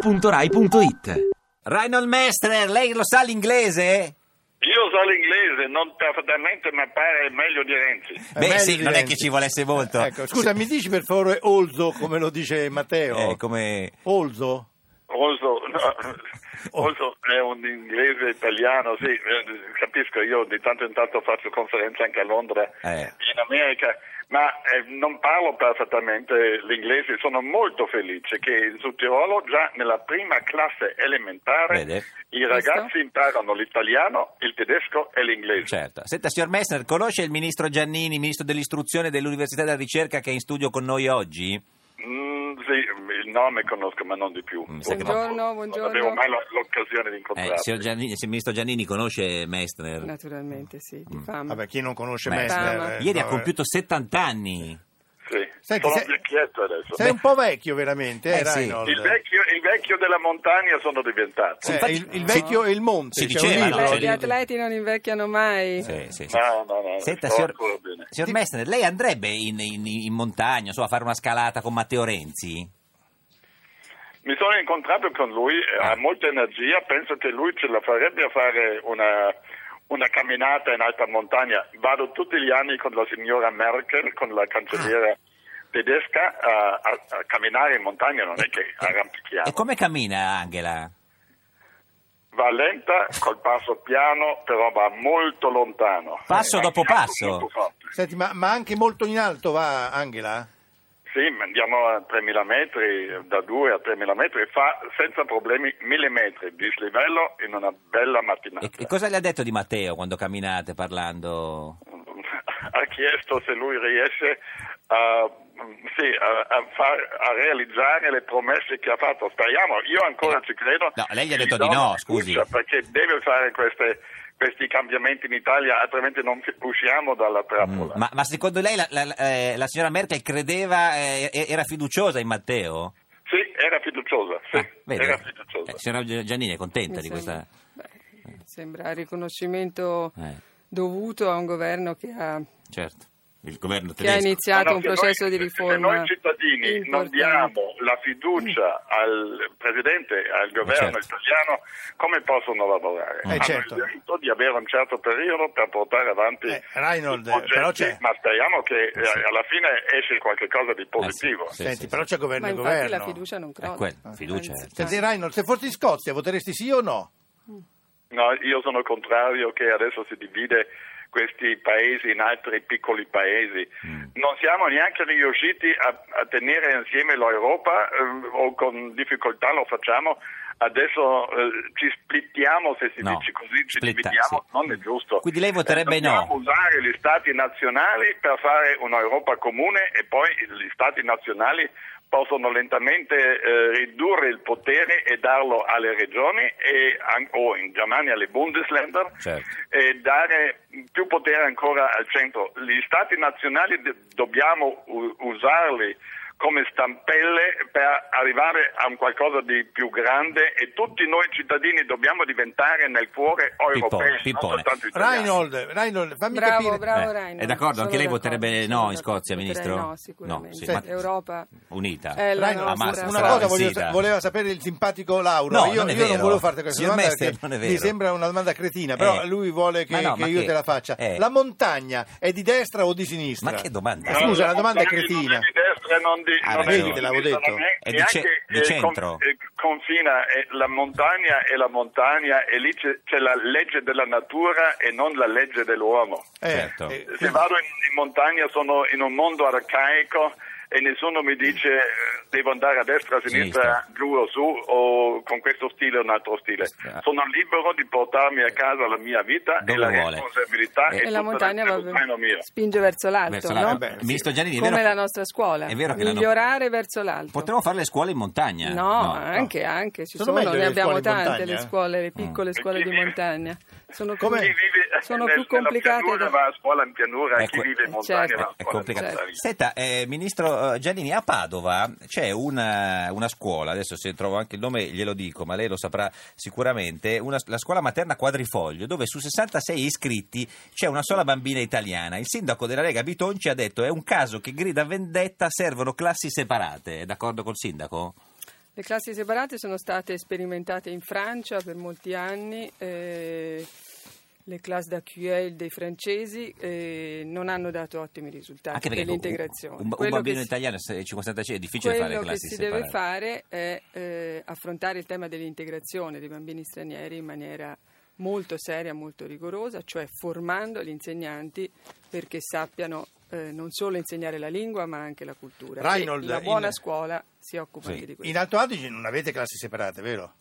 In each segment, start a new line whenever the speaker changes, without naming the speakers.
radio2pod.rai.it
Reinhold Mestrer, lei lo sa l'inglese?
Io so l'inglese, non perfettamente, ma pare meglio di Renzi.
Beh,
meglio
sì,
di
non è
Renzi.
che ci volesse molto.
Ecco, scusa, mi dici per favore Olzo come lo dice Matteo?
Eh, come...
Olzo?
Olso, no,
Oh.
Olso è un inglese italiano, sì, eh, capisco, io di tanto in tanto faccio conferenze anche a Londra,
Eh.
in America, ma eh, non parlo perfettamente l'inglese, sono molto felice che in Sud Tirolo già nella prima classe elementare
Vede?
i ragazzi imparano l'italiano, il tedesco e l'inglese.
Certo. Senta, signor Messner, conosce il ministro Giannini, ministro dell'istruzione, dell'università e della ricerca che è in studio con noi oggi? Eh,
Mm, sì, il nome conosco, ma non di più.
Mi sa Mm, che
Purtroppo
Buongiorno,
Non
buongiorno.
avevo mai la- l'occasione di
Eh,
incontrarlo.
signor Giannini, il ministro Giannini conosce Messner?
Naturalmente sì,
Mm.
di fama.
Vabbè, chi non conosce
Beh,
fama.
Messner? eh,
Ieri ha
no,
compiuto 70 anni.
Sì.
Senti,
sono
se-
vecchietto adesso.
eh. Sei un po' vecchio veramente, eh,
Eh, sì.
Reinhold?
Il vecchio, il vecchio della montagna sono diventato.
Eh,
infatti-
il, il vecchio e il monte.
Si
c'è un
diceva,
libro.
no?
Beh,
C'è
gli
il-
atleti non invecchiano mai.
Sì, sì, sì.
Ah,
No, no,
eh,
no.
Senta,
sto
signor,
ancora bene.
signor Messner, lei andrebbe in, in- in montagna so, a fare una scalata con Matteo Renzi?
Mi sono incontrato con lui, eh, ha molta energia, penso che lui ce la farebbe a fare una, una camminata in alta montagna. Vado tutti gli anni con la signora Merkel, con la cancelliera
Ah.
tedesca, a, a- a camminare in montagna, non è che arrampichiamo.
E come cammina Angela?
Va lenta, col passo piano, però va molto lontano.
Passo
Eh,
dopo
andiamo
passo.
molto forte.
Senti, ma, ma anche molto in alto va Angela?
Sì, ma andiamo a 3.000 metri, da 2 a 3.000 metri, fa senza problemi 1.000 metri di slivello in una bella mattinata.
E, e cosa le ha detto di Matteo quando camminate parlando?
Ha chiesto se lui riesce a, sì, a, a far- a realizzare le promesse che ha fatto. Speriamo, io ancora ci credo.
No, lei gli ha
Gli
detto
do
di no,
una
scusi.
fiducia, Perché deve fare queste- questi cambiamenti in Italia, altrimenti non fi- usciamo dalla trappola.
Mm, Ma, ma secondo lei la, la- eh, la signora Merkel credeva, eh, era fiduciosa in Matteo?
Sì, era fiduciosa. Sì,
Ah, vede?
era fiduciosa.
Eh, signora Gi- Giannini è contenta
Mi
di
sembra-
questa...
beh, sembra il riconoscimento
Eh,
dovuto a un governo che ha,
certo, il governo
che ha
tedesco.
iniziato
No,
un
se
processo
noi-
di riforma.
Se noi cittadini non
importante. Mm.
diamo la fiducia al Presidente e al governo
Eh, certo.
italiano, come possono lavorare? Hanno
certo.
il diritto di avere un certo periodo per portare avanti
Eh, Reinhold,
i progetti,
però c'è-
ma speriamo che eh, alla fine esce qualcosa di positivo.
Eh sì.
Senti, però c'è governo
Ma
e
infatti
governo.
la fiducia non crolla. Ah,
Eh, quel- fiducia,
Anzi,
eh.
Senti, Reinhold, se fossi in Scozia voteresti sì o no?
No, io sono contrario che adesso si divide questi paesi in altri piccoli paesi.
Mm.
Non siamo neanche riusciti a, a tenere insieme l'Europa ehm, o con difficoltà lo facciamo. Adesso eh, ci splittiamo, se si
No,
dice così, ci
splitta-
dividiamo,
sì.
non è giusto.
Quindi lei voterebbe
Eh, dobbiamo
no.
usare gli stati nazionali per fare un'Europa comune e poi gli stati nazionali possono lentamente eh, ridurre il potere e darlo alle regioni e an- o in Germania alle Bundesländer
Certo.
e dare più potere ancora al centro. Gli stati nazionali de- dobbiamo u- usarli come stampelle per arrivare a un qualcosa di più grande e tutti noi cittadini dobbiamo diventare nel cuore europei, non
pippone.
soltanto italiani.
Reinhold, Reinhold, fammi
Bravo,
capire.
bravo
Eh,
Reinhold.
è d'accordo, anche lei
Sono d'accordo,
voterebbe
sono
no in
d'accordo.
Scozia,
Voterei
ministro?
No, sicuramente.
No, sì,
ma-
L'Europa
Unita.
è la
Reinhold,
Ma
nostra.
una cosa
sarà
voglio-
vestita.
voleva sapere il simpatico Lauro.
No,
io
non è
io
vero.
volevo farti questa
Signor
domanda
Mester,
perché
non è
mi
vero.
sembra una domanda cretina, però
Eh.
lui vuole che,
Ma no,
che
ma
io
che-
te la faccia.
eh.
La montagna è di destra o di sinistra?
Ma che domanda?
Eh, Scusa,
Allora,
la domanda è
non
cretina.
Non è di destra e non di,
Ah,
non
vedi,
di
te
l'avevo
sinistra,
detto.
non è
È di
neanche,
ce- di
eh,
centro.
eh, confina eh, la montagna e la montagna e lì c'è, c'è la legge della natura e non la legge dell'uomo.
Eh,
Certo.
eh,
Se vado in, in montagna sono in un mondo arcaico e nessuno mi dice eh, devo andare a destra, a sinistra,
Sinistra.
giù o su o con questo stile o un altro stile.
Ah.
Sono libero di portarmi a casa la mia vita
Dove
e la
vuole.
responsabilità
Eh.
è
E la montagna va
mio.
spinge verso l'alto,
Verso
no?
la-
Eh beh, sì.
Ministro Giannini, è
Come
vero
la
che-
nostra scuola.
È vero che la no-
Migliorare verso l'alto.
Potremmo fare le scuole in montagna.
No, eh. anche, anche, ci
Sono
sono,
meglio
ne
le
abbiamo
scuole in
tante
montagna? eh.
le scuole,
Mm.
le piccole scuole di
Perché-
montagna. Sono più,
Come-
Chi vive
sono
nel-
più
nella
complicate.
pianura
da-
va a scuola in pianura,
Ecco,
chi vive in montagna
certo.
va
È
a scuola in
complicato.
montagna.
Senta, eh, ministro eh, Giannini, a Padova c'è una, una scuola, adesso se trovo anche il nome glielo dico, ma lei lo saprà sicuramente, una- la scuola materna Quadrifoglio, dove su 66 iscritti c'è una sola bambina italiana. Il sindaco della Lega Bitonci ha detto è un caso che grida vendetta, servono classi separate. È d'accordo col sindaco?
Le classi separate sono state sperimentate in Francia per molti anni, eh, le classes d'accueil dei francesi eh, non hanno dato ottimi risultati
Anche perché
per Esatto, l'integrazione.
un, un
Quello
bambino
che si-
italiano se- 50 è difficile
quello
fare le
che
classi
si
separate.
deve fare è eh, affrontare il tema dell'integrazione dei bambini stranieri in maniera molto seria, molto rigorosa, cioè formando gli insegnanti perché sappiano eh, non solo insegnare la lingua ma anche la cultura. E
Reinhold,
la buona
in-
scuola si occupa
Sì.
anche di questo.
In Alto Adige non avete classi separate, vero?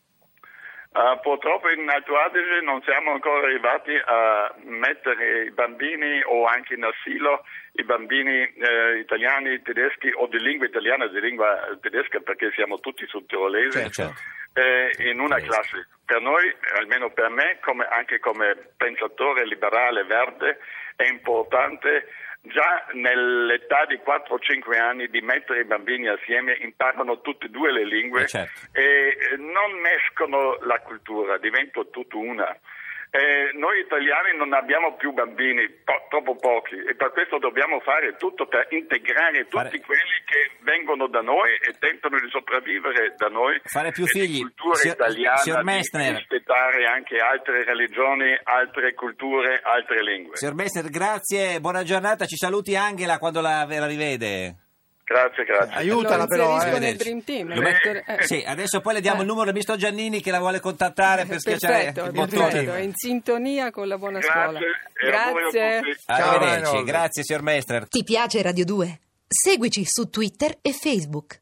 Eh, purtroppo in Alto Adige non siamo ancora arrivati a mettere i bambini o anche in asilo i bambini eh, italiani, tedeschi o di lingua italiana e di lingua tedesca perché siamo tutti sudtirolesi
Certo, certo.
eh, in una
Tedeschi.
classe. Per noi, almeno per me, come- anche come pensatore liberale verde, è importante già nell'età di 4-5 anni di mettere i bambini assieme, imparano tutte e due le lingue
Eh, certo.
e eh, non mescono la cultura, diventa tutto una. Eh, noi italiani non abbiamo più bambini, po- troppo pochi, e per questo dobbiamo fare tutto per integrare
Fare-
tutti quelli che vengono da noi e tentano di sopravvivere da noi.
Fare più
E di
figli.
cultura
Signor-
italiana,
signor
di
Messner.
rispettare anche altre religioni, altre culture, altre lingue.
Signor Messner, grazie, buona giornata, ci saluti Angela quando la, la rivede.
Grazie, grazie.
Aiutala
Lo
però,
inserisco
eh.
nel Dream Team.
Lo
eh,
met-
per- eh.
Sì, adesso poi le diamo
Eh.
il numero del ministro Giannini che la vuole contattare per schiacciare
perfetto,
il
perfetto,
bottone.
è in sintonia con la buona scuola.
Grazie, e auguri a
Grazie.
tutti.
Ciao,
Arrivederci,
Reinhold.
grazie signor Messner.
Ti piace Radio 2? Seguici su Twitter e Facebook.